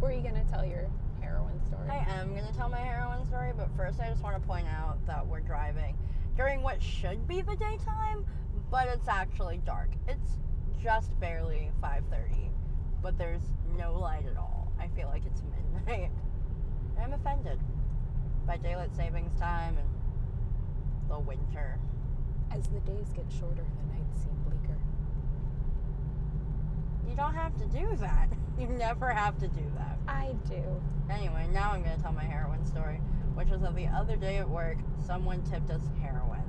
were you gonna tell your heroin story? I am going to tell my heroin story, but first I just want to point out that we're driving during what should be the daytime, but it's actually dark. It's just barely 5:30, but there's no light at all. I feel like it's midnight. And I'm offended by daylight savings time and the winter. As the days get shorter, the nights seem bleaker. You don't have to do that. You never have to do that. I do. Anyway, now I'm gonna tell my heroin story, which was that the other day at work, someone tipped us heroin.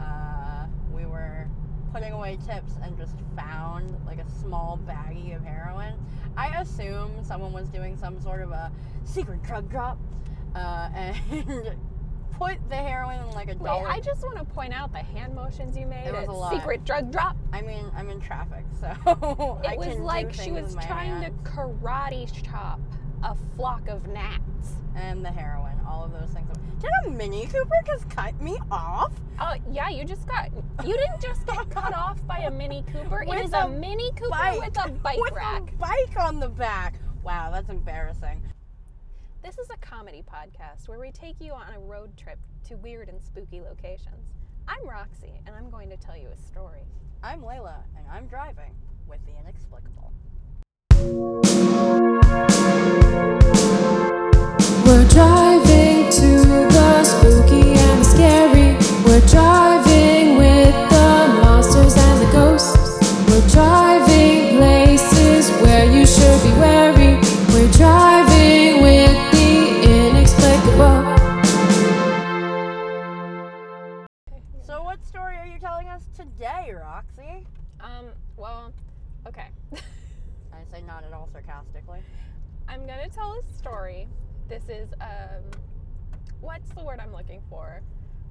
Uh, we were putting away tips and just found like a small baggie of heroin. I assume someone was doing some sort of a secret drug drop, uh, and put the heroin in like a Wait, dollar. I just want to point out the hand motions you made. It was at a lot. Secret drug drop. I mean, I'm in traffic, so It I was can do like she things with was my trying hands. to karate chop a flock of gnats. and the heroin, all of those things. Did a Mini Cooper just cut me off? Oh yeah, you just got you didn't just get cut off by a Mini Cooper. With it is a, a Mini Cooper with a bike with rack. a bike on the back. Wow, that's embarrassing. This is a comedy podcast where we take you on a road trip to weird and spooky locations. I'm Roxy, and I'm going to tell you a story. I'm Layla, and I'm driving with the inexplicable. We're driving to the spooky and the scary. We're driving with the monsters and the ghosts. We're driving places where you should be wary. We're driving with the inexplicable. So, what story are you telling us today, Roxy? Um, well, okay. I say not at all sarcastically. I'm gonna tell a story. This is um, what's the word I'm looking for?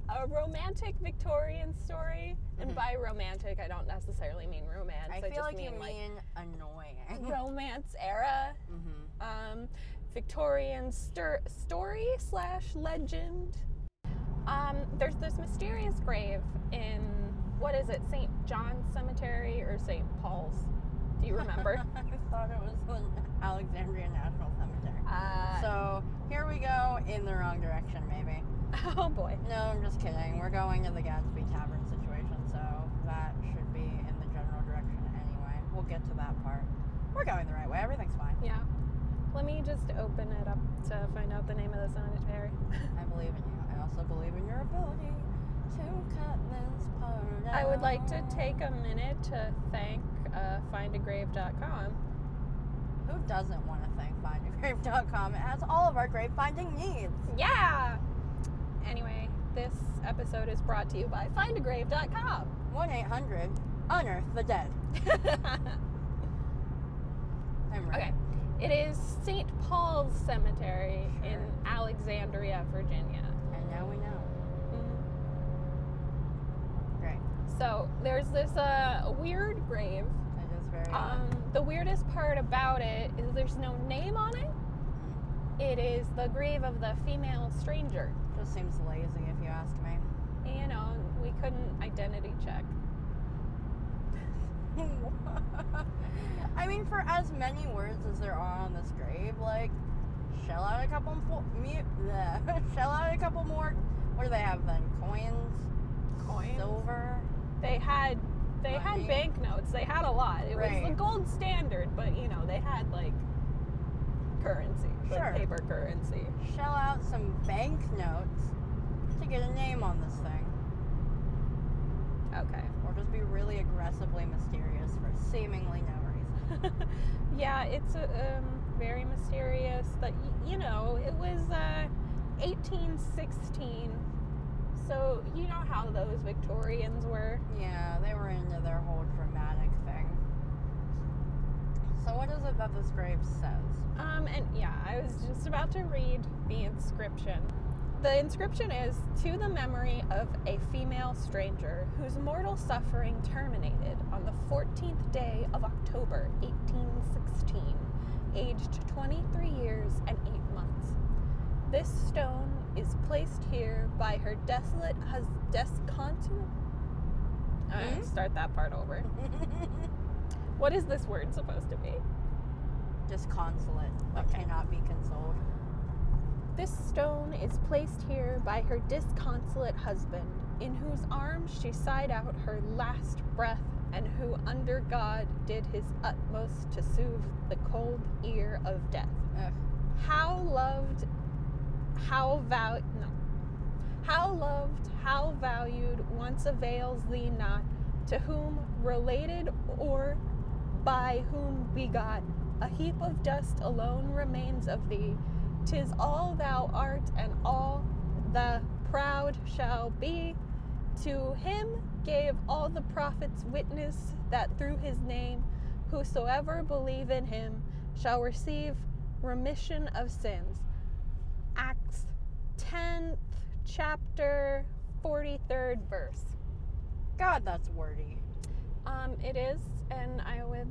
A romantic Victorian story, and by romantic, I don't necessarily mean romance. Mm-hmm. I feel just like mean you mean annoying. like romance era, hmm um, Victorian stir- story slash legend. Um, there's this mysterious grave in what is it, St. John's Cemetery or St. Paul's? Do you remember? I thought it was the Alexandria National Cemetery. uh, So, here we go in the wrong direction, maybe. oh boy. No, I'm just kidding. We're going to the Gadsby Tavern situation, so that should be in the general direction anyway. We'll get to that part. We're going the right way. Everything's fine. Yeah. Let me just open it up to find out the name of the cemetery. I believe in you. I also believe in your ability to cut this part out. I would like to take a minute to thank uh, findagrave.com. Who doesn't want to thank findagrave.com? It has all of our grave finding needs. Yeah! Anyway, this episode is brought to you by findagrave.com. 1 800 Unearth the Dead. I'm right. okay. It is St. Paul's Cemetery in Sure. Alexandria, Virginia. And now we know. Mhm. Great. So there's this uh, weird grave. It is very. Um, the weirdest part about it is there's no name on it. It is the grave of the female stranger. just seems lazy if you ask me. You know, we couldn't identity check. I mean, for as many words as there are on this grave, like shell out a couple fo- mu- bleh. shell out a couple more. What do they have then? Coins, Coins? silver. They had they Money. had banknotes. They had a lot. It was the Right. gold standard, but you know, they had like currency, like Sure. paper currency. Shell out some banknotes to get a name on this thing, Okay. or just be really aggressively mysterious for seemingly no reason. yeah, it's a, um, very mysterious, but y- you know, it was uh, 1816. So, you know how those Victorians were. Yeah, they were into their whole dramatic thing. So, what is it that this grave says? Um, and yeah, I was just about to read the inscription. The inscription is To the memory of a female stranger whose mortal suffering terminated on the 14th day of October 1816, aged 23 years and 8 months. This stone is placed here by her desolate hus- descontinent. I'm gonna Hmm? Start that part over. What is this word supposed to be? Disconsolate. I Okay. cannot This stone is placed here by her disconsolate husband, in whose arms she sighed out her last breath, and who, under God, did his utmost to soothe the cold ear of death. Ugh. How loved, how val, no. how loved, how valued once avails thee not, to whom related or by whom begot, a heap of dust alone remains of thee. Tis all thou art, and all the proud shall be. To him gave all the prophets witness that through his name, whosoever believe in him shall receive remission of sins. Acts 10th chapter 43rd verse. God, that's wordy. Um, it is, and I would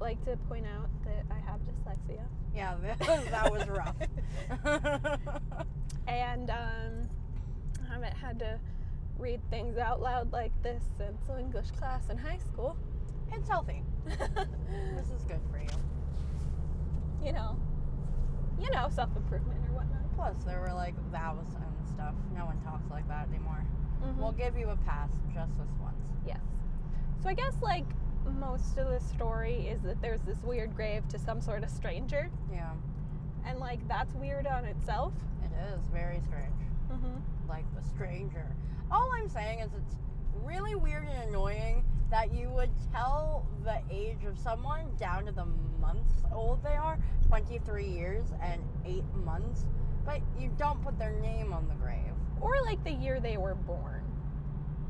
like to point out that I have dyslexia. Yeah, that, that was rough. and um, I haven't had to read things out loud like this since English class in high school. it's healthy. This is good for you. you know, you know, self improvement or whatnot. Plus, there were like vows and stuff. No one talks like that anymore. Mhm. We'll give you a pass just this once. yes. So I guess like most of the story is that there's this weird grave to some sort of stranger, Yeah, and like that's weird on itself. it is very strange. Mm-hmm. Like the stranger. All I'm saying is it's really weird and annoying that you would tell the age of someone down to the months old they are 23 years and 8 months but you don't put their name on the grave. Or like the year they were born.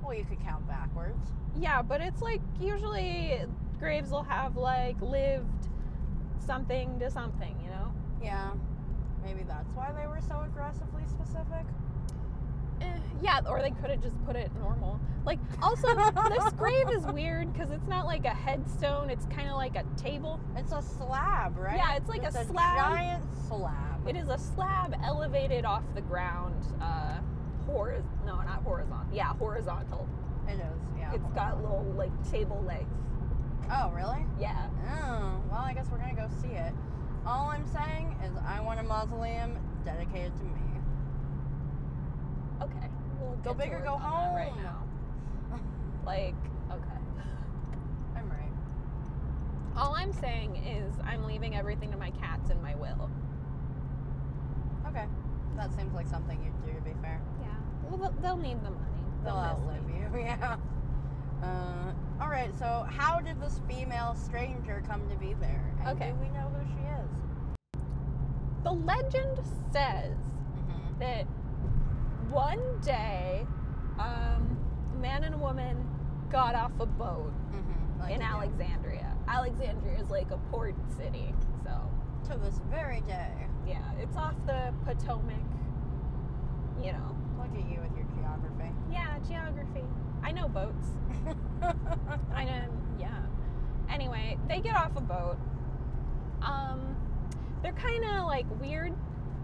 Well, you could count backwards. Yeah, but it's like usually graves will have like lived something to something, you know? Yeah. Maybe that's why they were so aggressively specific. Eh, yeah, or they could have just put it normal. Like, also, this grave is weird because it's not like a headstone, it's kind of like a table. It's a slab, right? Yeah, it's like a Just slab. giant slab. It is a slab elevated off the ground, uh, horiz- no, not horizontal. Yeah, horizontal. It is, yeah. It's got little, like, table legs. Oh, really? Yeah. Oh, well, I guess we're gonna go see it. All I'm saying is I want a mausoleum dedicated to me. Okay. We'll Go get big to or work go on that Right home. now. Like, okay. I'm right. All I'm saying is I'm leaving everything to my cats in my will. Okay. That seems like something you'd do, to be fair. Yeah. Well, they'll- they'll need the money. They'll miss outlive me. you, yeah. Uh, all right, so how did this female stranger come to be there? And Okay. Do we know who she is? The legend says Mm-hmm. that one day, um, a man and a woman got off a boat Mm-hmm. in Alexandria. Alexandria is like a port city, so To this very day. yeah, it's off the Potomac. You know. Look at you with your geography. Yeah, geography. I know boats. I know. Yeah. Anyway, they get off a boat. Um, they're kind of like weird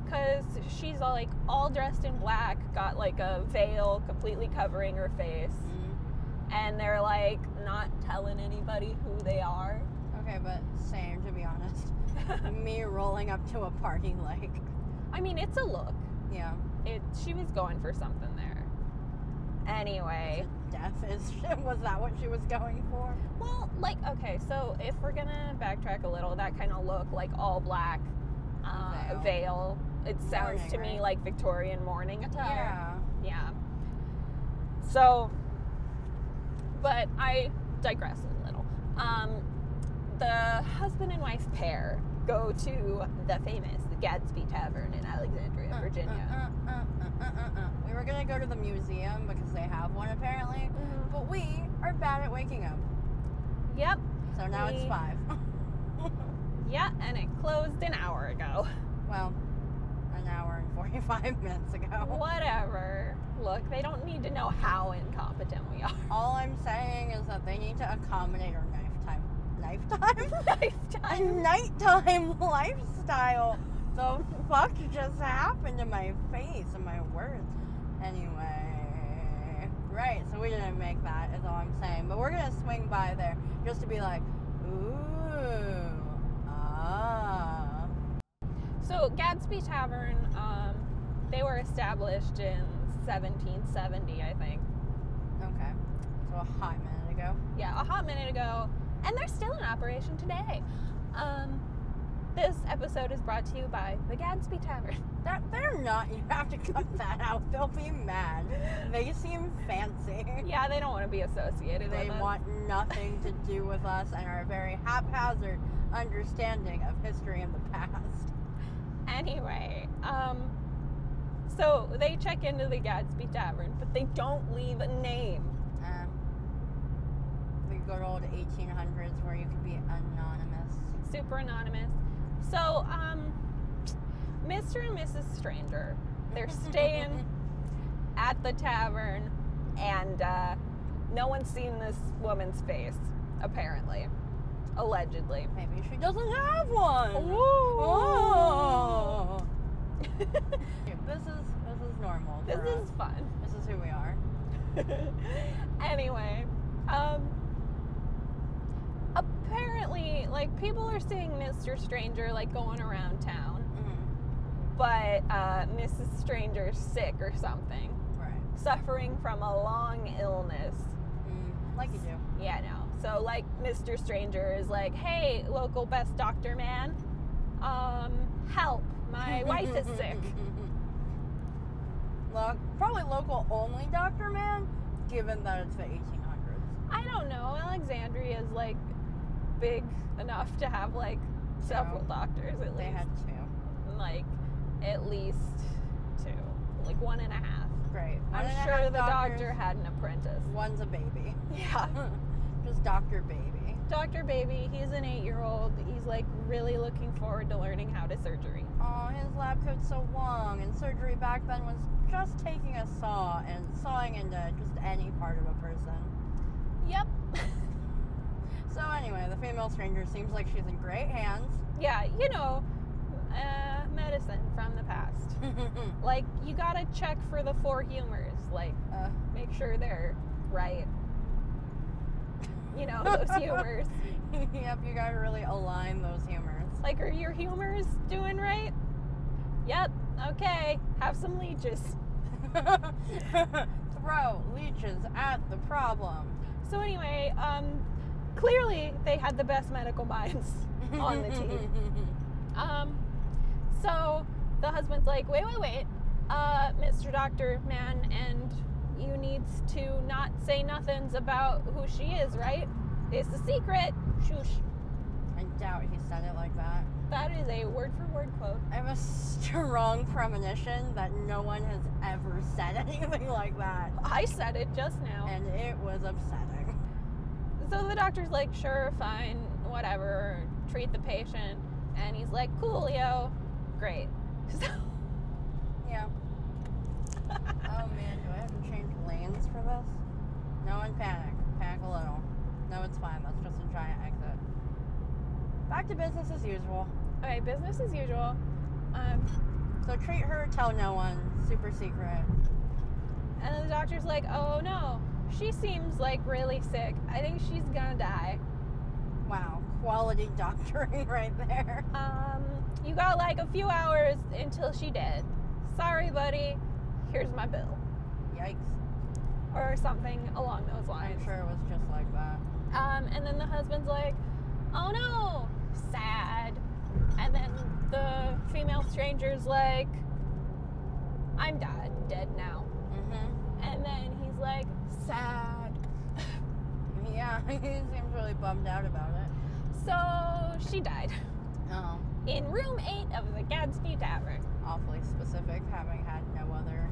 because she's all like all dressed in black, got like a veil completely covering her face, Mm, and they're like not telling anybody who they are. okay, but same to be honest. Me rolling up to a party like, I mean, it's a look. yeah, It. She was going for something there. Anyway. death is was that what she was going for? Well, like okay, so if we're gonna backtrack a little, that kind of look like all black uh, Veil. veil. It sounds Mourning, to me right? like Victorian mourning attire. Yeah. So, but I digress a little. Um, the husband and wife pair go to the famous Gadsby Tavern in Alexandria, Uh, Virginia. uh, uh, uh, uh, uh, uh. We were gonna go to the museum because they have one apparently, Mhm. but we are bad at waking up, Yep. so now it's We- five. Yeah, and it closed an hour ago. well, an hour and forty-five minutes ago. Whatever. Look, they don't need to know how incompetent we are. All I'm saying is that they need to accommodate our lifetime, lifetime, a Lifetime. nighttime lifestyle. The fuck just happened to my face and my words. Anyway, right? So we didn't make that. Is all I'm saying. But we're gonna swing by there just to be like, ooh, ah. So Gadsby Tavern, um, they were established in 1770, I think. Okay. So a hot minute ago. yeah, a hot minute ago, and they're still in operation today. Um, this episode is brought to you by the Gadsby Tavern. That they're not. You have to cut that out. They'll be mad. They seem fancy. yeah, they don't want to be associated They with us. want nothing to do with us and are a very haphazard understanding of history in the past. Anyway, um, so they check into the Gadsby Tavern, but they don't leave a name. Um, the good old 1800s where you could be anonymous. Super anonymous. So, um, Mr. and Mrs. Stranger, they're staying at the tavern, and uh, no one's seen this woman's face, apparently. Allegedly. Maybe she doesn't have one. Oh. Oh. this is this is normal. This for us. is fun. this is who we are. anyway, um, apparently, like, people are seeing Mr. Stranger, like, going around town, Mm-hmm. but uh, Mrs. Stranger's sick or something, Right. suffering from a long illness. Mm, like you do. Yeah, no. So like Mr. Stranger is like, "Hey, local best doctor man, um, help! My wife is sick." Look, probably local only doctor man, given that it's the 1800s. I don't know. Alexandria is like big enough to have like several No. doctors at They least, had two. like at least two, like one and a half. Great. One and a I'm sure half the doctor doctors, had an apprentice. One's a baby. Yeah. Just doctor baby. Dr. Baby, he's an eight year old. He's like really looking forward to learning how to surgery. Oh, his lab coat's so long, and surgery back then was just taking a saw and sawing into just any part of a person. Yep. So anyway, the female stranger seems like she's in great hands. yeah, you know, uh, medicine from the past. uh, Like, you gotta check for the four humors. Like, make sure they're right. You know, those humors. yep, you gotta really align those humors. Like, are your humors doing right? Yep, okay. Have some leeches. Throw leeches at the problem. So, anyway, um, clearly they had the best medical minds on the team. Um, so the husband's like, wait, wait, wait, uh, Mr. Doctor Man, and you needs to not say nothings about who she is, right? It's a secret. Shoosh. I doubt he said it like that. That is a word for word quote. I have a strong premonition that no one has ever said anything like that. I said it just now. And it was upsetting. so the doctor's like, sure, fine, whatever, treat the patient. And he's like, coolio, great. So, Yeah. oh man, do I have to change lanes for this? No one panic. Panic a little. No, it's fine. That's just a giant exit. Back to business as all usual. right, business as usual. Um, So treat her, tell no one. Super secret. And then the doctor's like, oh no, she seems like really sick. I think she's gonna die. Wow, quality doctoring right there. Um, you got like a few hours until she dead. Sorry, buddy. Here's my bill. Yikes. Or something along those lines. I'm sure it was just like that. Um, and then the husband's like, oh no, sad. And then the female stranger's like, I'm dead, dead now. Mm-hmm. And then he's like, sad. Yeah, he seems really bummed out about it. So she died Oh, in room eight of the Gadsby Tavern. awfully specific, having had no other.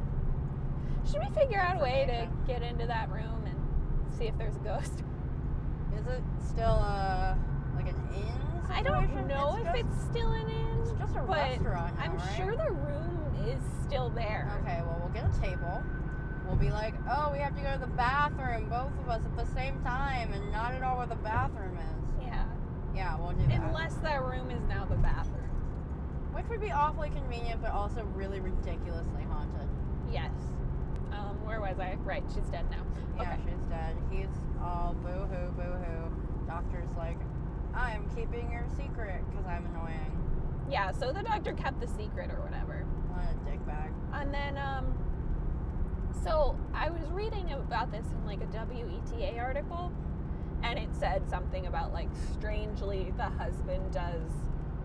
Should we figure out a way to Information. get into that room and see if there's a ghost? Is it still uh like an inn? I don't situation? know if just- it's still an It's inn. just a but restaurant. now, I'm right? sure the room is still there. Okay, well, we'll get a table. We'll be like, oh, we have to go to the bathroom, both of us at the same time, and not at all where the bathroom is. Yeah. Yeah, we'll do that. Unless that room is now the bathroom. Which would be awfully convenient, but also really ridiculously haunted. Yes. Um, where was I? Right, she's dead now. Yeah, Okay. she's dead. He's all boo hoo, boo hoo. Doctor's like, I'm keeping your secret because I'm annoying. Yeah, so the doctor kept the secret or whatever. What a dickbag. And then, um, so I was reading about this in like a WETA article, and it said something about like strangely the husband does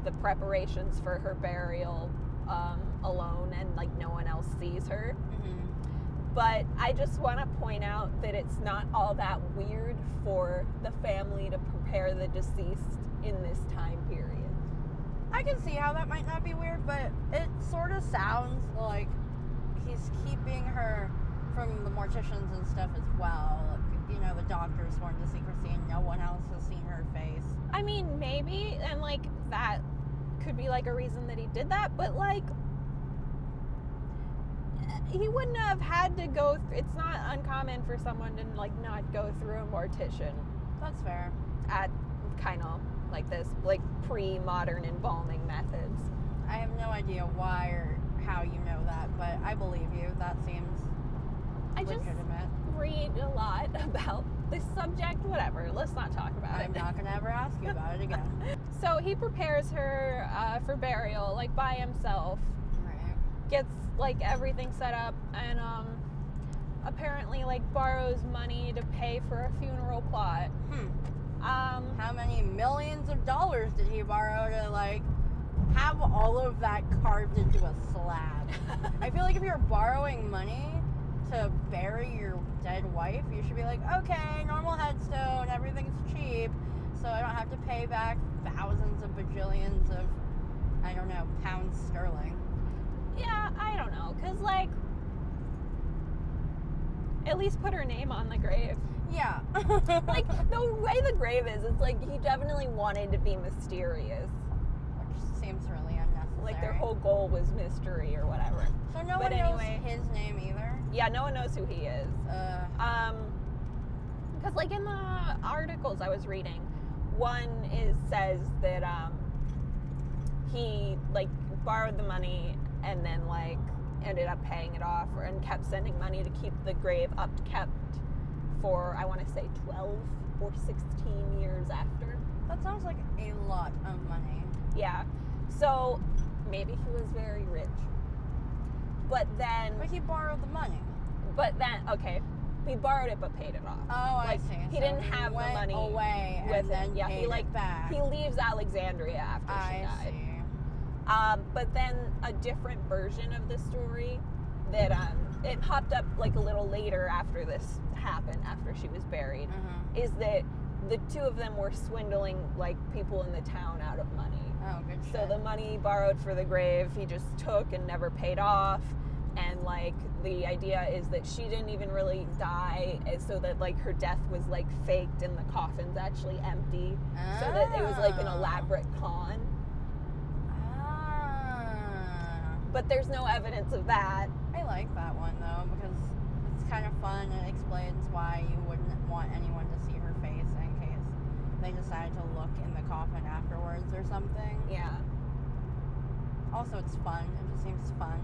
the preparations for her burial um, alone, and like no one else sees her. Mm-hmm. But I just want to point out that it's not all that weird for the family to prepare the deceased in this time period. I can see how that might not be weird, but it sort of sounds like he's keeping her from the morticians and stuff as well. You know, the doctor's sworn to secrecy and no one else has seen her face. I mean, maybe, and like that could be like a reason that he did that, but like eh, he wouldn't have had to go. Th- it's not uncommon for someone to like not go through a mortician That's fair. at kind of like this, like pre-modern embalming methods. I have no idea why or how you know that, but I believe you. That seems I just legitimate. read a lot about this subject. Whatever. Let's not talk about I'm it. not going to ever ask you about it again. So he prepares her uh, for burial, like by himself. Right. gets like everything set up and um apparently like borrows money to pay for a funeral plot Hmm. um How many millions of dollars did he borrow to like have all of that carved into a slab? I feel like if you're borrowing money to bury your dead wife, you should be like, okay, normal headstone, everything's cheap, so I don't have to pay back thousands of bajillions of, I don't know, pounds sterling. yeah i don't know because like at least put her name on the grave Yeah. like the way the grave is it's like he definitely wanted to be mysterious which seems really unnecessary. like their whole goal was mystery or whatever So no but one anyway. knows his name either. yeah no one knows who he is Uh, Um, because like in the articles I was reading, one is says that um, he like borrowed the money and then like ended up paying it off, or, and kept sending money to keep the grave up kept for I want to say twelve or sixteen years after. that sounds like a lot of money. Yeah, so maybe he was very rich, but then But he borrowed the money. but then okay, he borrowed it but paid it off. Oh, Like, I see. he didn't have the went money away with and it. then Yeah, he, paid it like, back. He leaves Alexandria after she I died. see. Um, but then a different version of the story that um, it popped up like a little later after this happened, after she was buried, Uh-huh. is that the two of them were swindling like people in the town out of money. Oh, good shit. So the money he borrowed for the grave, he just took and never paid off. And like the idea is that she didn't even really die, and so that like her death was like faked and the coffin's actually empty, so that it was like an Oh. elaborate con. Ah. But there's no evidence of that. I like that one though because it's kind of fun and it explains why you wouldn't want anyone to see her face in case they decide to look in the coffin afterwards or something. Yeah, Also, it's fun. It just seems fun,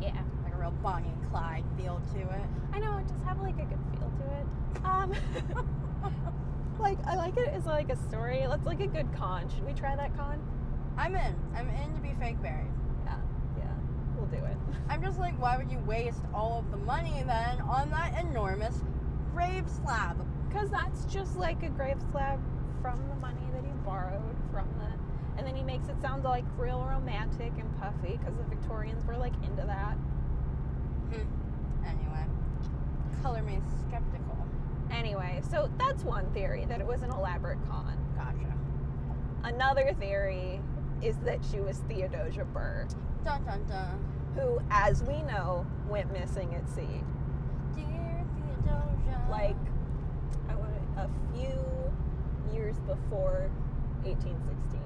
yeah. like a real Bonnie and Clyde feel to it. I know. It just have like a good feel to it. Um, like I like it as like a story. That's like a good con. Should we try that con? I'm in. I'm in to be fake buried. Yeah, yeah. We'll do it. I'm just like, why would you waste all of the money then on that enormous grave slab? Because that's just like a grave slab from the money that he borrowed from the. And then he makes it sound like real romantic and puffy because the Victorians were like into that. Anyway, color me skeptical. Anyway, so that's one theory that it was an elaborate con. Gotcha. Another theory is that she was Theodosia Burr, Dun dun dun. who, as we know, went missing at sea. Dear Theodosia. Like, I want a few years before 1816.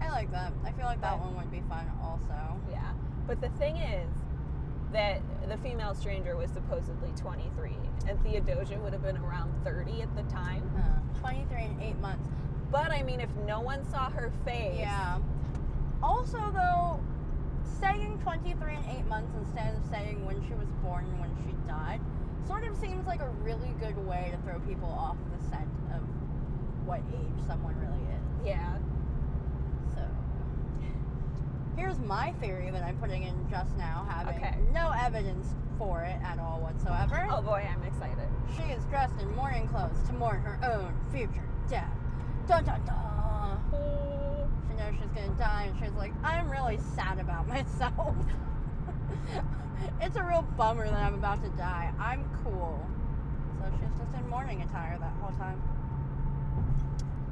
I like that. I feel like that But- one would be fun also. Yeah. But the thing is that the female stranger was supposedly 23, and Theodosia would have been around 30 at the time. Uh, 23 and 8 months. But I mean, if no one saw her face, Yeah. Also, though, saying 23 and 8 months instead of saying when she was born and when she died sort of seems like a really good way to throw people off the scent of what age someone really is. yeah. So, here's my theory that I'm putting in just now, having Okay. no evidence for it at all whatsoever. Oh boy, I'm excited. She is dressed in mourning clothes to mourn her own future death. Dun dun dun. She knows she's gonna die, and she's like, I'm really sad about myself. it's a real bummer that I'm about to die. I'm cool. So she's just in mourning attire that whole time.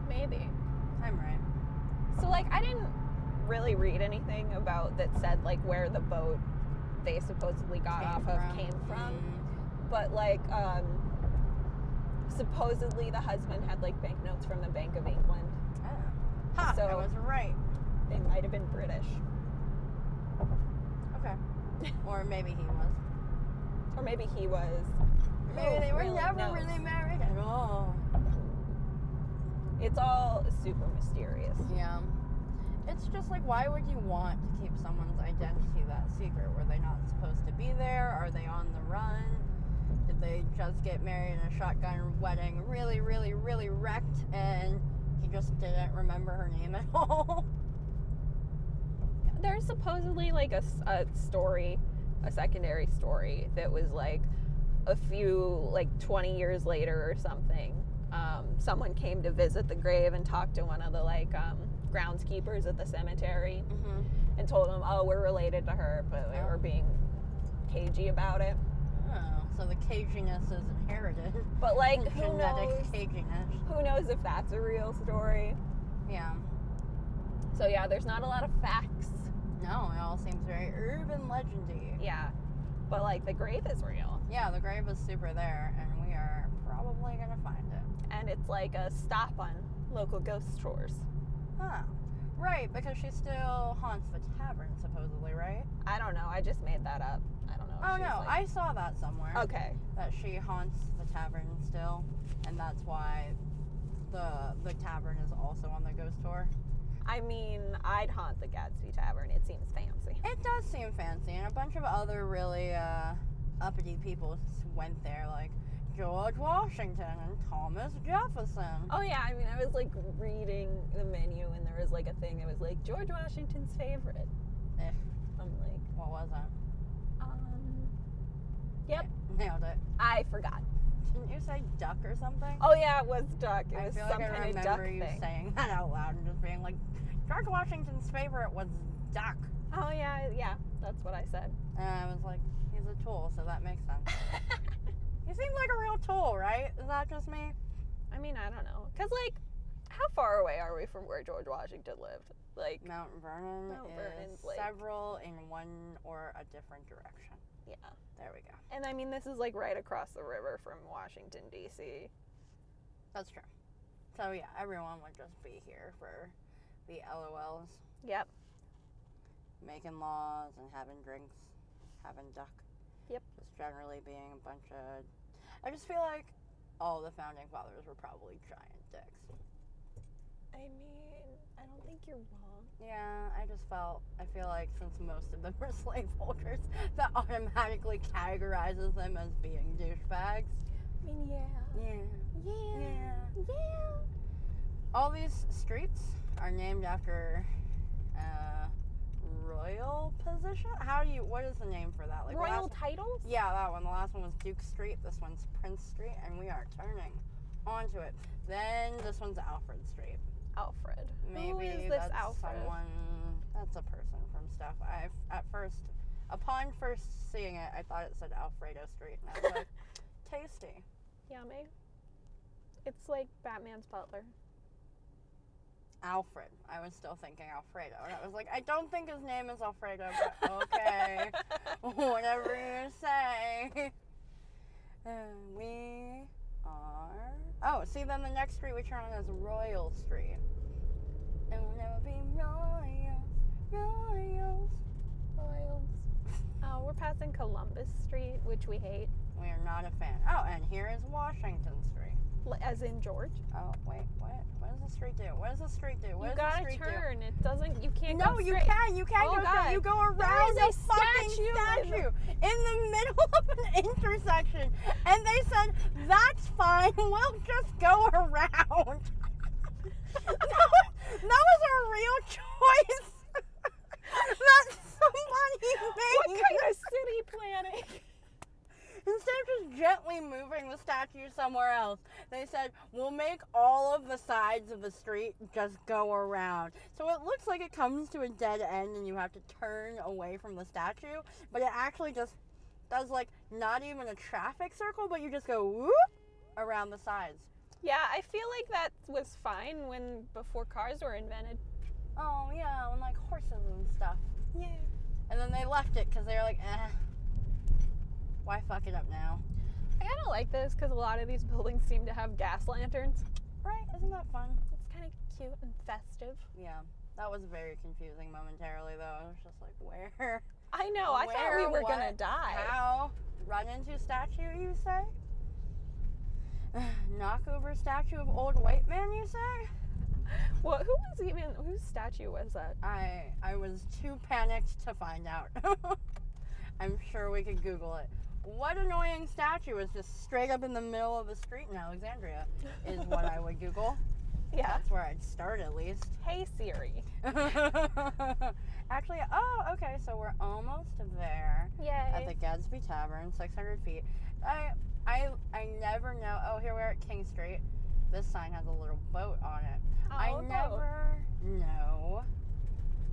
Maybe. I'm right. So like I didn't really read anything about that said like where the boat they supposedly got off of came from. Mm-hmm. But like um supposedly the husband had like banknotes from the Bank of England. Mm. Oh. Ha! I So- was right. They might have been British. Okay. or maybe he was. Or maybe he was Maybe Who they were really never knows? really married at all. it's all super mysterious. Yeah. It's just like, why would you want to keep someone's identity that secret? Were they not supposed to be there? Are they on the run? Did they just get married in a shotgun wedding? Really, really, really wrecked, and he just didn't remember her name at all. There's supposedly like a, s- a story, a secondary story that was like a few, like 20 years later or something. Um, someone came to visit the grave and talked to one of the like um, groundskeepers at the cemetery mm-hmm. and told him, oh, we're related to her, but they Oh. were being cagey about it. Oh, so the caginess is inherited. But like, who Genetic knows? caginess. Who knows if that's a real story? Yeah. So yeah, there's not a lot of facts. No, it all seems very urban legendy. Yeah. But like, the grave is real. Yeah, the grave is super there, and we are probably gonna find it. and it's like a stop on local ghost tours. Huh. Right, because she still haunts the tavern, supposedly, right? I don't know. I just made that up. I don't know. if oh she's, no, like- Oh. I saw that somewhere. okay. That she haunts the tavern still, and that's why the the tavern is also on the ghost tour. I mean, I'd haunt the Gadsby Tavern. It seems fancy. It does seem fancy, and a bunch of other really uh, uppity people s- went there, like George Washington and Thomas Jefferson. Oh yeah. I mean, I was like reading the menu, and there was like a thing that was like George Washington's favorite. Eh. I'm like, What was it? um, yep. Nailed it. I forgot. Didn't you say duck or something? Oh yeah, it was duck. It I was feel some like I kind of duck remember you thing. saying that out loud and just being like, George Washington's favorite was duck. Oh yeah, yeah. That's what I said. And I was like, he's a tool, so that makes sense. he seems like a real tool, right? Is that just me? I mean, I don't know, cause like, how far away are we from where George Washington lived? Like, Mount Vernon Mount is Vernon's like- several in one or a different direction. yeah. There we go. And I mean, this is like right across the river from Washington, D.C. That's true. So yeah, everyone would just be here for the LOLs, Yep. making laws and having drinks, having duck. Yep. Just generally being a bunch of. I just feel like all the founding fathers were probably giant dicks. I mean, I don't think you're wrong. Yeah, I just felt. I feel like since most of them were slaveholders, that automatically categorizes them as being douchebags. I mean, yeah. Yeah. Yeah. Yeah. Yeah. All these streets are named after uh, royal position. How do you? What is the name for that? the Royal last- titles? Yeah, that one. The last one was Duke Street. This one's Prince Street, and we are turning onto it. Then this one's Alfred Street. Alfred. Maybe Who is this that's Alfred? someone. That's a person from stuff. I at first, upon first seeing it, I thought it said Alfredo Street, and I was like, tasty. Yummy. It's like Batman's butler. Alfred. I was still thinking Alfredo, and I was like, I don't think his name is Alfredo, but okay, whatever you say. And we are. Oh, see, then the next street we turn on is Royal Street, and we'll never be royals, royals, royals. Oh, we're passing Columbus Street, which we hate, We are not a fan. Oh, and here is Washington Street. L- as in George. Oh, wait, what? What does the street do? What does the street do? What you does the gotta street do? turn. It doesn't. You can't. No, go you straight. can. You can Oh, go straight. You God. go There is around the a fucking statue in the- statue in the middle of an intersection, and they said, "That's fine. We'll just go around." that, was, that was a real choice. definitely moving the statue somewhere else. They said, we'll make all of the sides of the street just go around. So it looks like it comes to a dead end and you have to turn away from the statue, but it actually just does like not even a traffic circle, but you just go whoop around the sides. Yeah, I feel like that was fine when before cars were invented. Oh, yeah, and like horses and stuff. Yeah. And then they left it because they were like, eh, why fuck it up now? I kind of like this because a lot of these buildings seem to have gas lanterns. Right? Isn't that fun? It's kind of cute and festive. Yeah, that was very confusing momentarily, though. I was just like, where? I know. I thought we Where, were what, gonna die. How? Run into statue, you say? Knock over statue of old white man, you say? Well, who was even whose statue was that? I I was too panicked to find out. I'm sure we could Google it. What annoying statue is just straight up in the middle of the street in Alexandria? Is what I would Google. Yeah. That's where I'd start at least. Hey Siri. Actually, oh, okay, so we're almost there at the Yay. Gadsby Tavern, 600 feet. I, I, I never know. Oh, here we are at King Street. This sign has a little boat on it. I Oh, no. never know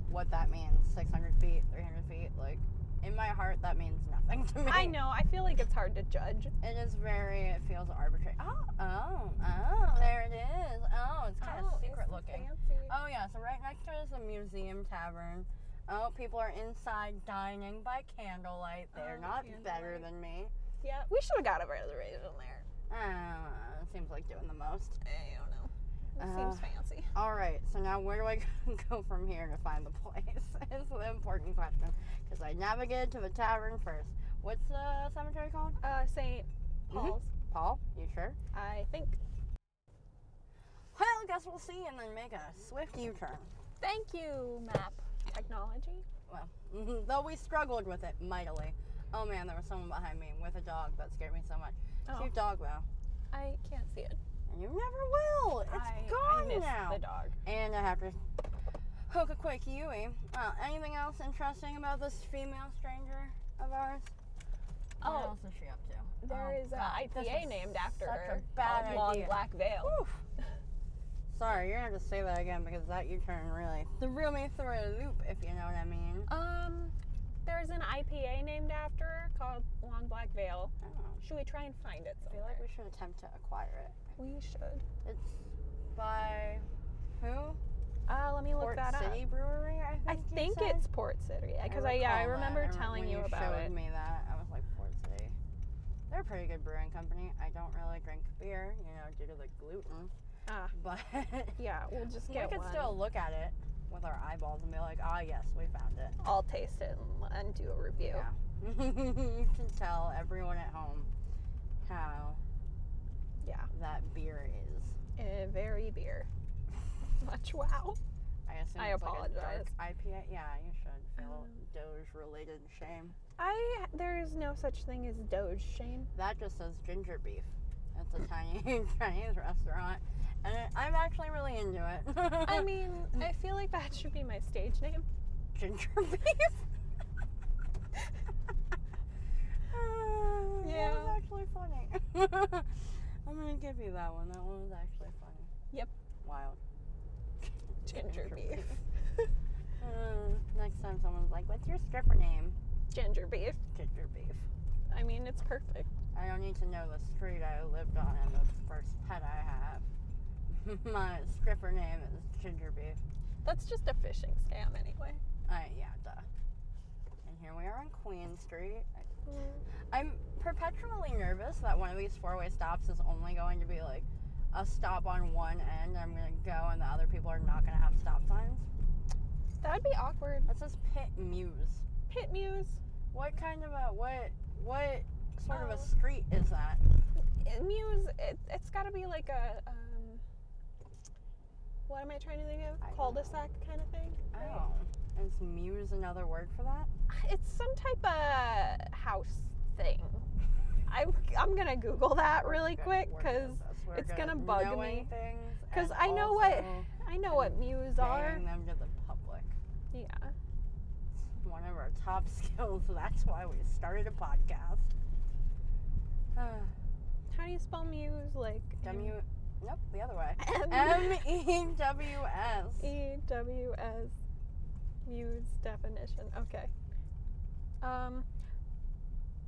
what that means. 600 feet, 300 feet. Like in my heart, that means nothing to me. I know. I feel like it's hard to judge. It is very. It feels arbitrary. Oh, oh, oh! There it is. Oh, it's kind of secret looking. Oh yeah, so right next to it is the museum tavern. Oh, people are inside dining by candlelight. They're Oh, not better candlelight. than me. Yeah. We should have got a reservation there. Uh, seems like doing the most. I don't know. It Uh, seems fancy. All right, so now where do I go from here to find the place? is the important question because I navigated to the tavern first. What's the cemetery called? Uh, Saint Mm-hmm. Paul's. Paul, you sure? I think. Well, guess we'll see, and then make a swift U-turn. Thank you, map technology. Well, though we struggled with it mightily. Oh man, there was someone behind me with a dog that scared me so much. Oh. Cute dog though. I can't see it. And you never will. It's I, I gone missed now. the dog. and I have to hook a quick Yui. Well, anything else interesting about this female stranger of ours? What Oh, else is she up to? there Oh, is a God, this IPA is named after such her. A bad called Long idea. Black Veil. Oof. Sorry, you're gonna have to say that again because that U turn really threw me through a loop, if you know what I mean. Um, there's an IPA named after her called Long Black Veil. I don't know. Should we try and find it I feel somewhere? like we should attempt to acquire it. we should. It's by who? Uh, let me look Port that City up. Brewery, I I think. you think said? it's Port City because I, yeah I recall that. remember rem- telling when you about showed it. me that I was like Port City. They're a pretty good brewing company. I don't really drink beer, you know, due to the gluten, Ah, but yeah, we'll just we get could one. still look at it with our eyeballs and be like, ah, yes, we found it. I'll taste it and- and do a review. Yeah. you can tell everyone at home how Yeah, that beer is. Eh, very beer. Much wow. I assume I it's Like apologize. a dark IPA. Yeah, you should feel Um. Doge related shame. I there is no such thing as Doge Shane. That just says ginger beef. That's a tiny Chinese restaurant, and I- I'm actually really into it. Uh, I mean, mm. I feel like that should be my stage name. ginger beef. Oh, that was Yeah. actually funny. I'm gonna give you that one. That one was actually funny. Yep. Wild. Ginger beef. Mm, next time someone's like, "What's your stripper name?" Ginger beef. Ginger beef. I mean, it's perfect. I don't need to know the street I lived on and the first pet I have. My stripper name is Ginger Beef. That's just a fishing scam, anyway. Uh, yeah, duh. And here we are on Queen Street. I'm perpetually nervous that one of these four-way stops is only going to be like a stop on one end. I'm gonna go, and the other people are not gonna have stop signs. That'd be awkward. That says Pit Muse. Pit Muse. What kind of a what what sort of Oh. a street is that? it- Muse. It, it's got to be like a. Um, what am I trying to think I of? don't Cul-de-sac kind of thing. right? Oh, is Muse another word for that? It's some type of house thing. I'm I'm gonna Google that really Good quick work, because Princess. We're it's good gonna at bug knowing me. things 'Cause and I know what also I know what Muse are. conveying them to the public. Yeah. It's one of our top skills. That's why we started a podcast. How do you spell muse? Like W. Nope, the other way. M- M E W S. E W S muse definition. Okay. Um,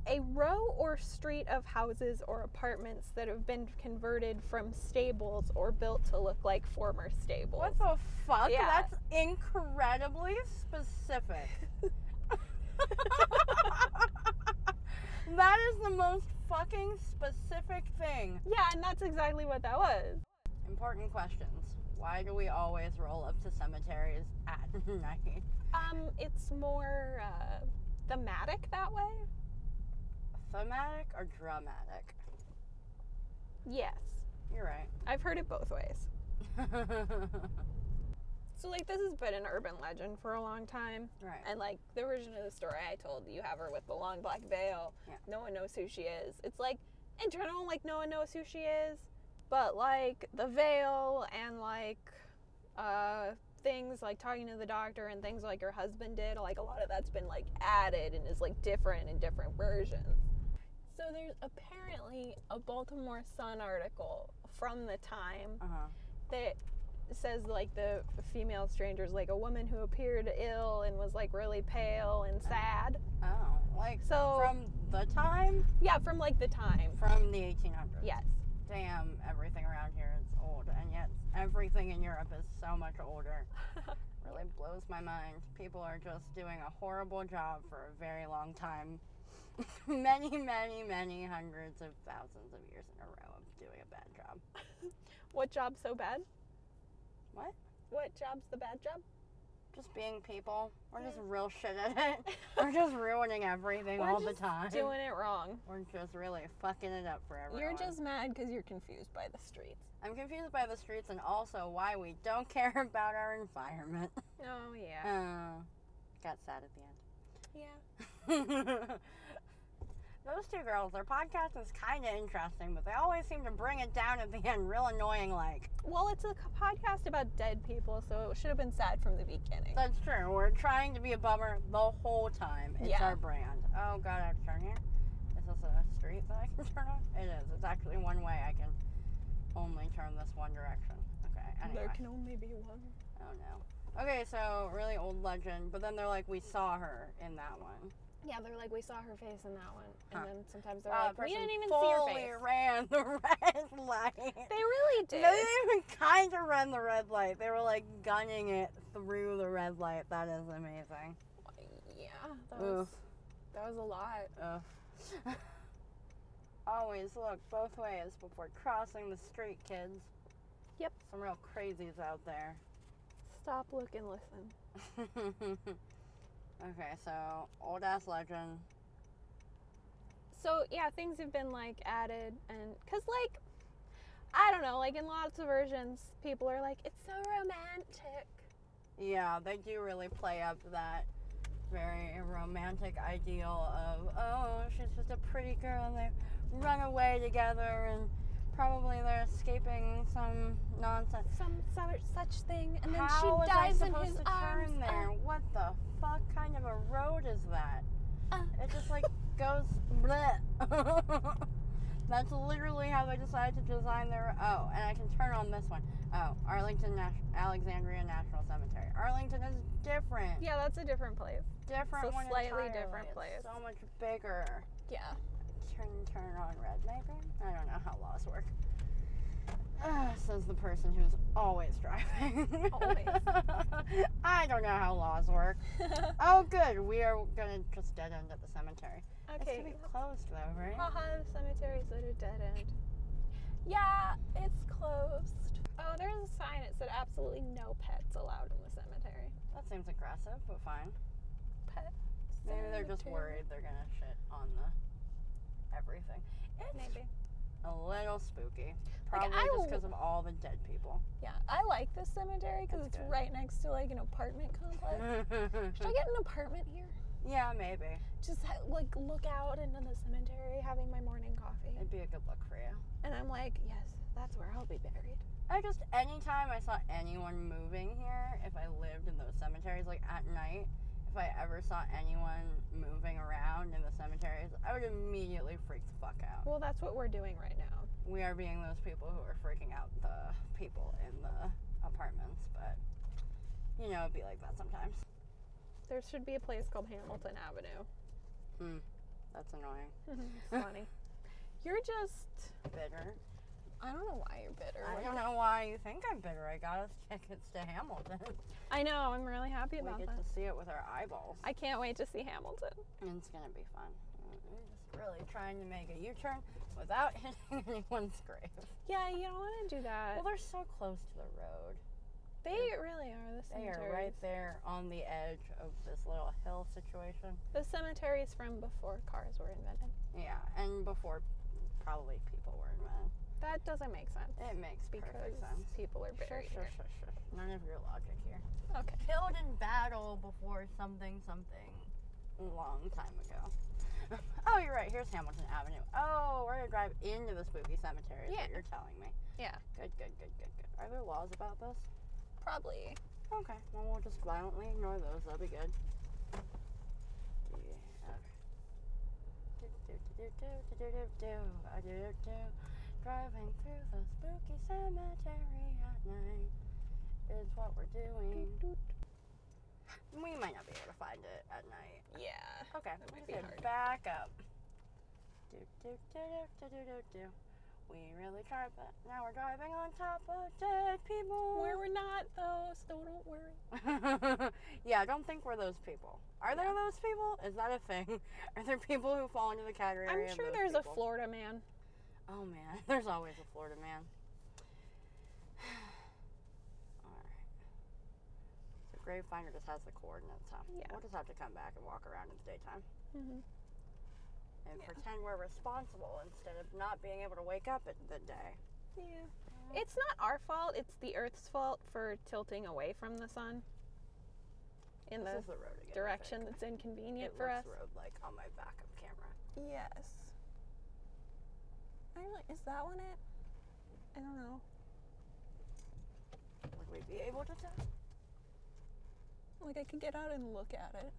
a row or street of houses or apartments that have been converted from stables or built to look like former stables. What the fuck? Yeah. That's incredibly specific. that is the most fucking specific thing. yeah, and that's exactly what that was. Important questions. Why do we always roll up to cemeteries at night? Um, it's more uh, thematic that way. Thematic or dramatic? Yes, You're right. I've heard it both ways. So like this has been an urban legend for a long time. right. And like the origin of the story I told, you have her with the long black veil. Yeah. No one knows who she is. It's like in general, like no one knows who she is, but like the veil and like uh, things like talking to the doctor and things like her husband did, like a lot of that's been like added and is like different in different versions. So there's apparently a Baltimore Sun article from the time Uh huh. that says like the female strangers like a woman who appeared ill and was like really pale and sad Oh, like So- from the time yeah from like the time from the 1800s. yes Damn, everything around here is old, and yet everything in Europe is so much older. really blows my mind. People are just doing a horrible job for a very long time. many, many, many hundreds of thousands of years in a row of doing a bad job. what job's so bad What? what job's the bad job Just being people. We're just real shit at it. We're just ruining everything We're all the just time. doing it wrong We're just really fucking it up for everyone. you're just mad because you're confused by the streets I'm confused by the streets and also why we don't care about our environment. oh yeah Uh, got sad at the end. yeah Those two girls, their podcast is kind of interesting, but they always seem to bring it down at the end, real annoying like. well it's a co- podcast about dead people so it should have been sad from the beginning That's true. We're trying to be a bummer the whole time. It's Yeah. our brand. Oh, God, I have to turn here. Is this a street that I can turn on? It is. It's actually one way. I can only turn this one direction. Okay, anyway. there can only be one Oh, no. Okay, so really old legend, but then they're like, we saw her in that one. yeah they're like we saw her face in that one Huh. and then sometimes they're Uh, like we person didn't even fully see her face ran the red light. they really did No, they didn't even kind of run the red light. They were like gunning it through the red light. That is amazing. Yeah, that was, Oof, that was a lot. oof. Always look both ways before crossing the street, kids. Yep. Some real crazies out there. Stop, look, and listen. okay, so old ass legend. So yeah, things have been like added and because like I don't know, like in lots of versions, people are like it's so romantic. Yeah, they do really play up that very romantic ideal of oh, she's just a pretty girl and they run away together and probably they're escaping some nonsense. Some such such thing, and then How was she I dies in supposed his to arms. turn there? Uh, What the fuck kind of a road is that? uh. It just like goes bleh. That's literally how they decided to design their. Oh, and I can turn on this one. Oh, Arlington, Nas- Alexandria National Cemetery. Arlington is different. yeah, that's a different place. different It's a one slightly entirely. different It's place. so much bigger. Yeah. Turn turn on red, maybe. I don't know how laws work. Ugh, says the person who's always driving. Always. I don't know how laws work. Oh, good. We are gonna just dead end at the cemetery. It's okay. gonna be closed though, right? Haha, the cemetery's at a dead end. Yeah, it's closed. Oh, there's a sign that said absolutely no pets allowed in the cemetery. That seems aggressive, but fine. pet. Maybe they're just cemetery. worried they're gonna shit on the everything. It's Maybe. a little spooky. Like, Probably I just w- because of all the dead people. Yeah, I like this cemetery because That's it's good. Mm-hmm. right next to like an apartment complex. Should I get an apartment here? yeah, maybe. Just ha- like look out into the cemetery, having my morning coffee, It'd be a good look for you. and I'm like, yes, that's where I'll be buried. I just anytime I saw anyone moving here, if I lived in those cemeteries like at night, if I ever saw anyone moving around in the cemeteries, I would immediately freak the fuck out. Well, that's what we're doing right now. we are being those people who are freaking out the people in the apartments, but you know, it'd be like that sometimes. There should be a place called Hamilton Avenue. That's annoying. It's funny. You're just. Bitter. I don't know why you're bitter. I Like, don't know why you think I'm bitter. I got us tickets to Hamilton. I know. I'm really happy we about get that. to see it with our eyeballs. I can't wait to see Hamilton. And it's gonna be fun. We're just really trying to make a U-turn without hitting anyone's grave. Yeah, you don't want to do that. Well, they're so close to the road. they really are the They cemeteries. are right there on the edge of this little hill situation. The cemeteries from before cars were invented. Yeah, and before probably people were invented. That doesn't make sense. It makes because perfect sense. people are Sure, buried. sure, sure, sure. None of your logic here. here. Okay. Killed in battle before something, something, long time ago. oh, you're right. Here's Hamilton Avenue. Oh, we're gonna drive into the spooky cemetery. is what Yeah. you're telling me. Yeah. Good, good, good, good, good. Are there laws about this? Probably. Okay. Well, we'll just violently ignore those. That'll be good. Do- okay. Do, do, do, do, do, do, do, do. I do, do, do. Driving through the spooky cemetery at night is what we're doing. We might not be able to find it at night. Yeah. Okay, That might we be said hard. back up. Do, do, do, do, do, do, do, do. We really tried, but now we're driving on top of dead people. Where we're not though, so don't worry. yeah, I don't think we're those people. Are there those people? Is that a thing? Are there people who fall into the category? I'm of sure those there's people? a Florida man. Oh man, there's always a Florida man. All right. So Grave Finder just has the coordinates, huh? Yeah. We'll just have to come back and walk around in the daytime Mm-hmm. and pretend we're responsible instead of not being able to wake up at the day. Yeah. It's not our fault. It's the Earth's fault for tilting away from the sun. In This the is the road again. I direction think. that's inconvenient It for us. looks road like on my backup camera. Yes. I really is that one it? I don't know. Would we be able to tell? Like I could get out and look at it.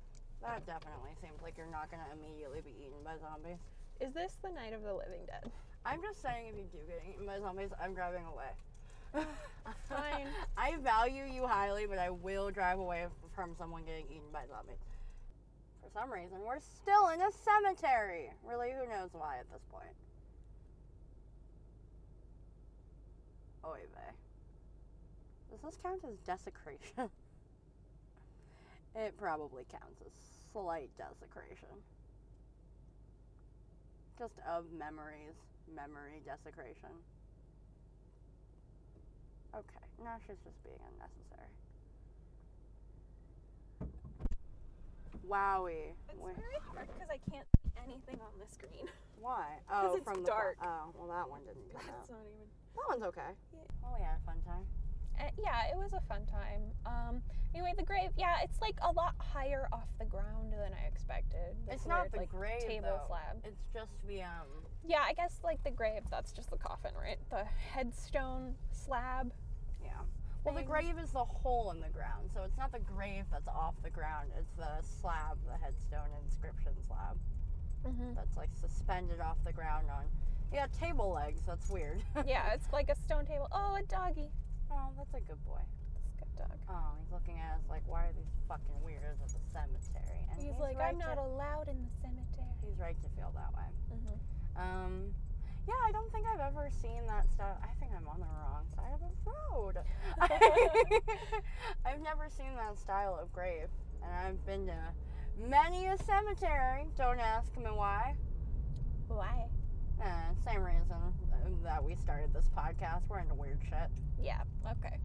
That definitely seems like you're not gonna immediately be eaten by zombies. Is this the night of the living dead? I'm just saying, if you do get eaten by zombies, I'm driving away. Fine. I value you highly, but I will drive away from someone getting eaten by zombies. For some reason, we're still in a cemetery. Really, who knows why at this point? Oy vey. Does this count as desecration? it probably counts as slight desecration. Just of memories, memory desecration. Okay, now she's just being unnecessary. Wowie. It's Wait, very hard because I can't see anything on the screen. Why? Oh, it's from the dark. Fl- oh, well, that one didn't come out. That's not even. That one's okay. Yeah. Oh, we had a fun time. Uh, yeah, it was a fun time. Um, anyway, the grave. Yeah, it's like a lot higher off the ground than I expected. This It's not weird, the like, grave table though. slab. It's just the um. Yeah, I guess like the grave. That's just the coffin, right? The headstone slab. Yeah. Well, the Thing. grave is the hole in the ground, so it's not the grave that's off the ground. It's the slab, the headstone inscription slab, Mm-hmm. that's like suspended off the ground on. Yeah, table legs. That's weird. yeah, it's like a stone table. Oh, a doggy. oh, that's a good boy. It's a good dog. Oh, he's looking at us like, why are these fucking weirdos at the cemetery? And He's, like, right I'm not To, allowed in the cemetery. he's right to feel that way. Mm-hmm. Um, yeah, I don't think I've ever seen that stuff. I think I'm on the wrong side of the road. I've never seen that style of grave, and I've been to many a cemetery. Don't ask me why. Why? Uh, same reason um, that we started this podcast. We're into weird shit. Yeah. Okay.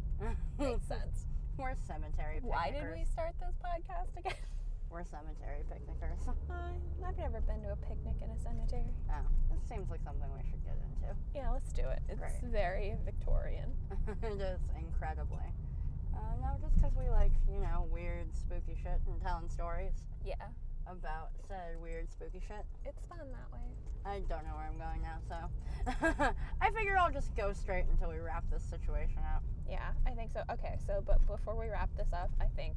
Makes sense. We're cemetery. Picnickers. Why did we start this podcast again? We're cemetery picnickers. Uh, I've never been to a picnic in a cemetery. Oh, this seems like something we should get into. Yeah, let's do it. It's Right. very Victorian. it is incredibly. Uh, no, just because we like, you know, weird, spooky shit and telling stories Yeah. about said weird, spooky shit. It's fun that way. I don't know where I'm going now, so I figure I'll just go straight until we wrap this situation up. Yeah, I think so. Okay, so but before we wrap this up, I think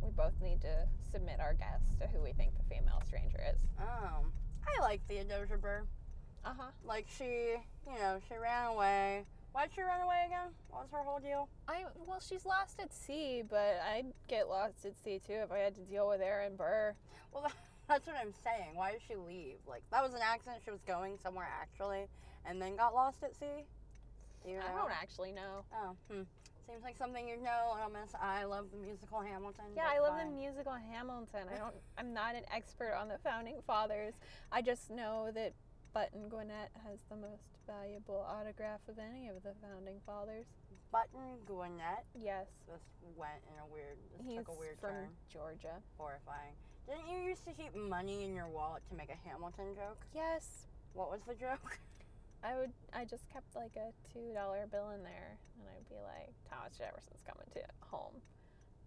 we both need to submit our guess to who we think the female stranger is. Um, I like Theodosia Burr. Uh huh. Like she, you know, she ran away. Why'd she run away again? What was her whole deal? I well, she's lost at sea, but I'd get lost at sea too if I had to deal with Aaron Burr. Well, that's what I'm saying. Why did she leave? Like that was an accident. She was going somewhere actually, and then got lost at sea. Do you know? I don't actually know. Oh, hmm. Seems like something you'd know, Elmas. I love the musical Hamilton. Yeah, but I love fine. the musical Hamilton. I don't. I'm not an expert on the founding fathers. I just know that Button Gwinnett has the most valuable autograph of any of the founding fathers. Button Gwinnett Yes, just went in a weird, just he's took a weird from turn. Georgia. Horrifying. Didn't you used to keep money in your wallet to make a Hamilton joke? Yes, What was the joke? I would. I just kept like a two dollar bill in there, and I'd be like, "Thomas Jefferson's coming to home,"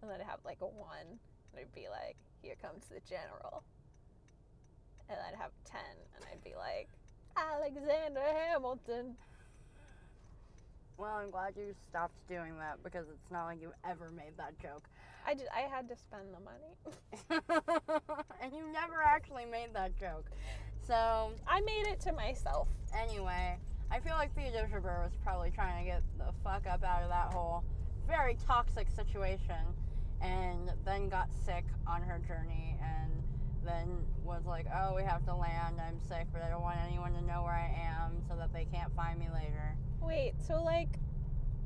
and then I'd have like a one, and I'd be like, "Here comes the general," and I'd have ten, and I'd be like, "Alexander Hamilton." Well, I'm glad you stopped doing that because it's not like you ever made that joke. I just, I had to spend the money. and you never actually made that joke. So, I made it to myself. anyway, I feel like Theodosia Burr was probably trying to get the fuck up out of that whole very toxic situation and then got sick on her journey and then was like, oh, we have to land. I'm sick, but I don't want anyone to know where I am so that they can't find me later. Wait, so like,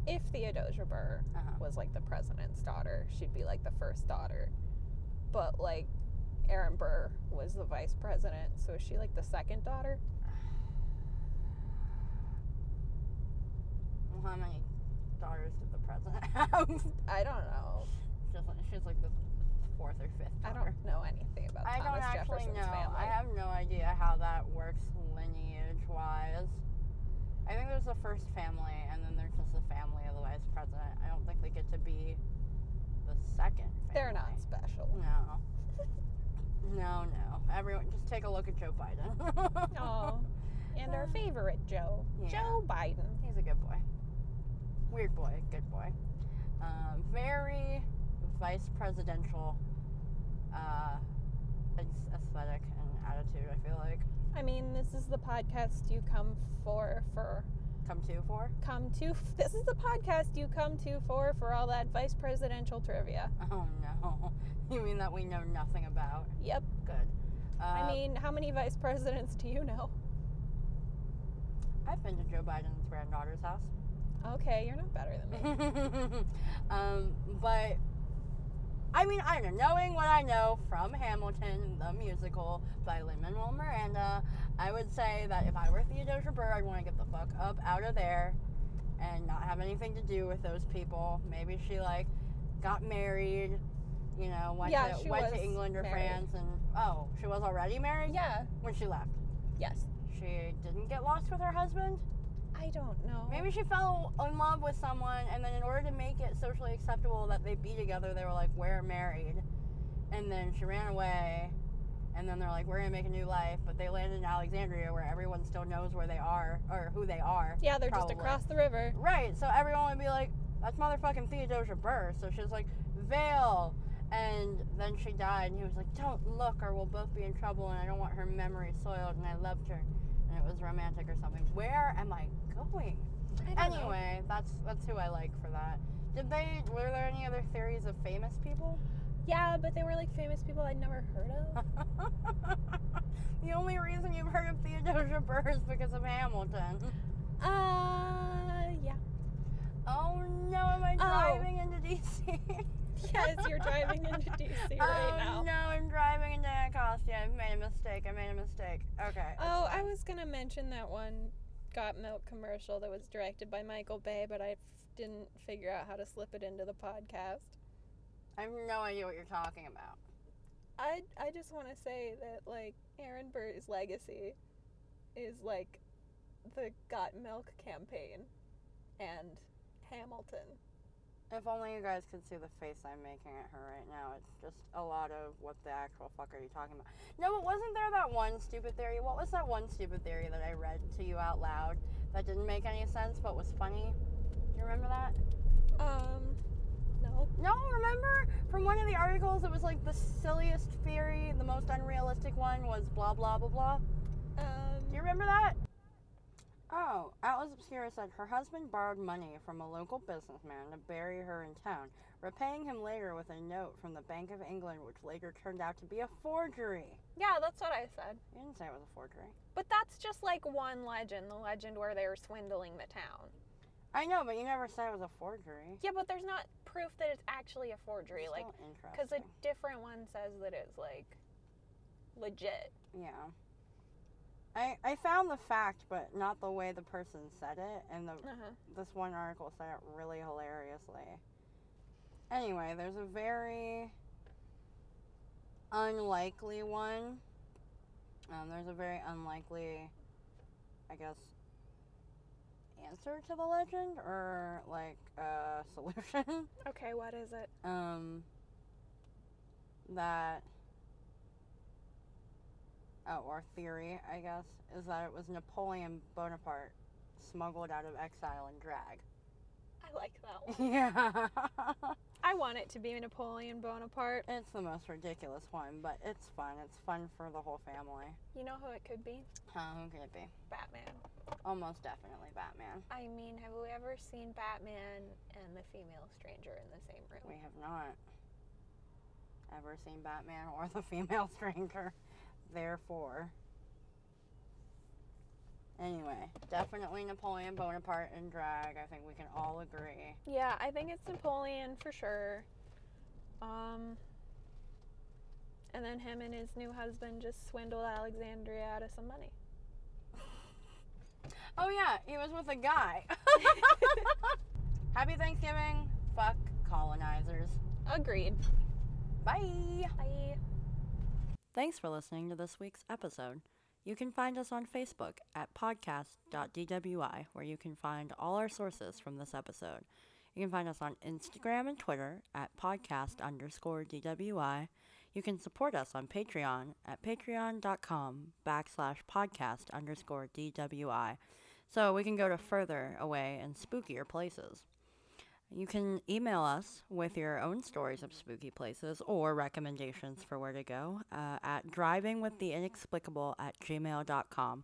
if Theodosia Burr Uh-huh. was like the president's daughter, she'd be like the first daughter, but like. Aaron Burr was the vice president, so is she like the second daughter? Well, how many daughters did the president have? I don't know. Just like, she's like the fourth or fifth. I daughter. don't know anything about I Thomas don't actually Jefferson's know. family. I have no idea how that works lineage wise. I think there's the first family, and then there's just the family of the vice president. I don't think they get to be the second. Family. They're not special. No. No, no. Everyone, just take a look at Joe Biden. Oh, and our favorite Joe, Um, Yeah. Joe Biden. He's a good boy. Weird boy, good boy. Um, very vice presidential uh, aes- aesthetic and attitude, I feel like. I mean, this is the podcast you come for for Come to for. come to. This is the podcast you come to for for all that vice presidential trivia. Oh no. You mean that we know nothing about? Yep. Good. Uh, I mean, how many vice presidents do you know? I've been to Joe Biden's granddaughter's house. Okay, you're not better than me. um, but I mean, I don't know. Knowing what I know from Hamilton, the musical by Lin Manuel Miranda, I would say that if I were Theodosia Burr, I'd want to get the fuck up out of there and not have anything to do with those people. Maybe she like got married, you know, went Yeah, to she went was to England or married. France, and oh, she was already married yeah. when she left. Yes. She didn't get lost with her husband. I don't know. Maybe she fell in love with someone, and then in order to make it socially acceptable that they be together, they were like, "We're married," and then she ran away, and then they're like, "We're gonna make a new life," but they landed in Alexandria, where everyone still knows where they are or who they are. Yeah, they're Probably. just across the river. Right. So everyone would be like, "That's motherfucking Theodosia Burr." So she's like, "Veil," and then she died, and he was like, "Don't look, or we'll both be in trouble, and I don't want her memory soiled." And I loved her, and it was romantic or something. Where am I going? I don't know. Anyway, that's that's who I like for that. Did they were there any other theories of famous people? Yeah, but they were like famous people I'd never heard of. the only reason you've heard of Theodosia Burr is because of Hamilton. Uh, yeah. Oh no, am I Oh. driving into DC? Yes, you're driving into DC right oh, now. No, I'm driving into Anacostia. I've made a mistake. I made a mistake. Okay. Oh, I was gonna mention that one Got Milk commercial that was directed by Michael Bay, but I f- didn't figure out how to slip it into the podcast. I have no idea what you're talking about. I I just want to say that like Aaron Burr's legacy is like the Got Milk campaign and Hamilton. If only you guys could see the face I'm making at her right now. It's just a lot of what the actual fuck are you talking about? No, but wasn't there that one stupid theory? What was that one stupid theory that I read to you out loud that didn't make any sense but was funny? Do you remember that? Um, No. No, remember from one of the articles, it was like the silliest theory, the most unrealistic one was blah blah blah blah. Um, Do you remember that? Oh, Atlas Obscura said her husband borrowed money from a local businessman to bury her in town, repaying him later with a note from the Bank of England, which later turned out to be a forgery. yeah, that's what I said. You didn't say it was a forgery. But that's just like one legend, the legend where they were swindling the town. I know, but you never said it was a forgery. Yeah, but there's not proof that it's actually a forgery. Still Like, because a interesting. different one says that it's like legit. Yeah. I, I found the fact, but not the way the person said it, and the Uh-huh. this one article said it really hilariously. Anyway, there's a very unlikely one. Um, there's a very unlikely, I guess, answer to the legend or like a solution. Okay, what is it? um, that oh, or theory, I guess, is that it was Napoleon Bonaparte smuggled out of exile and drag. I like that one. Yeah, I want it to be Napoleon Bonaparte. it's the most ridiculous one, but it's fun. It's fun for the whole family. You know who it could be? Huh, who could it be? Batman. Almost definitely Batman. I mean, have we ever seen Batman and the female stranger in the same We room? have not ever seen Batman or the female stranger. Therefore, anyway, definitely Napoleon Bonaparte in drag. I think we can all agree. Yeah, I think it's Napoleon for sure. Um, and then him and his new husband just swindled Alexandria out of some money. Oh yeah, he was with a guy. Happy Thanksgiving. Fuck colonizers. Agreed. Bye. Bye. Thanks for listening to this week's episode. You can find us on Facebook at podcast.dwi, where you can find all our sources from this episode. You can find us on Instagram and Twitter at podcast underscore DWI. You can support us on Patreon at patreon.com backslash podcast underscore DWI so we can go to further away and spookier places. You can email us with your own stories of spooky places or recommendations for where to go uh, at drivingwiththeinexplicable at gmail.com.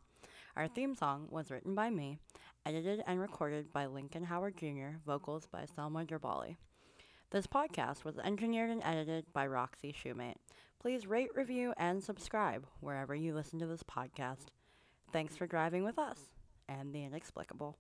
Our theme song was written by me, edited and recorded by Lincoln Howard Jr., vocals by Selma Gerbali. This podcast was engineered and edited by Roxy Shoemate. Please rate, review, and subscribe wherever you listen to this podcast. Thanks for driving with us and the inexplicable.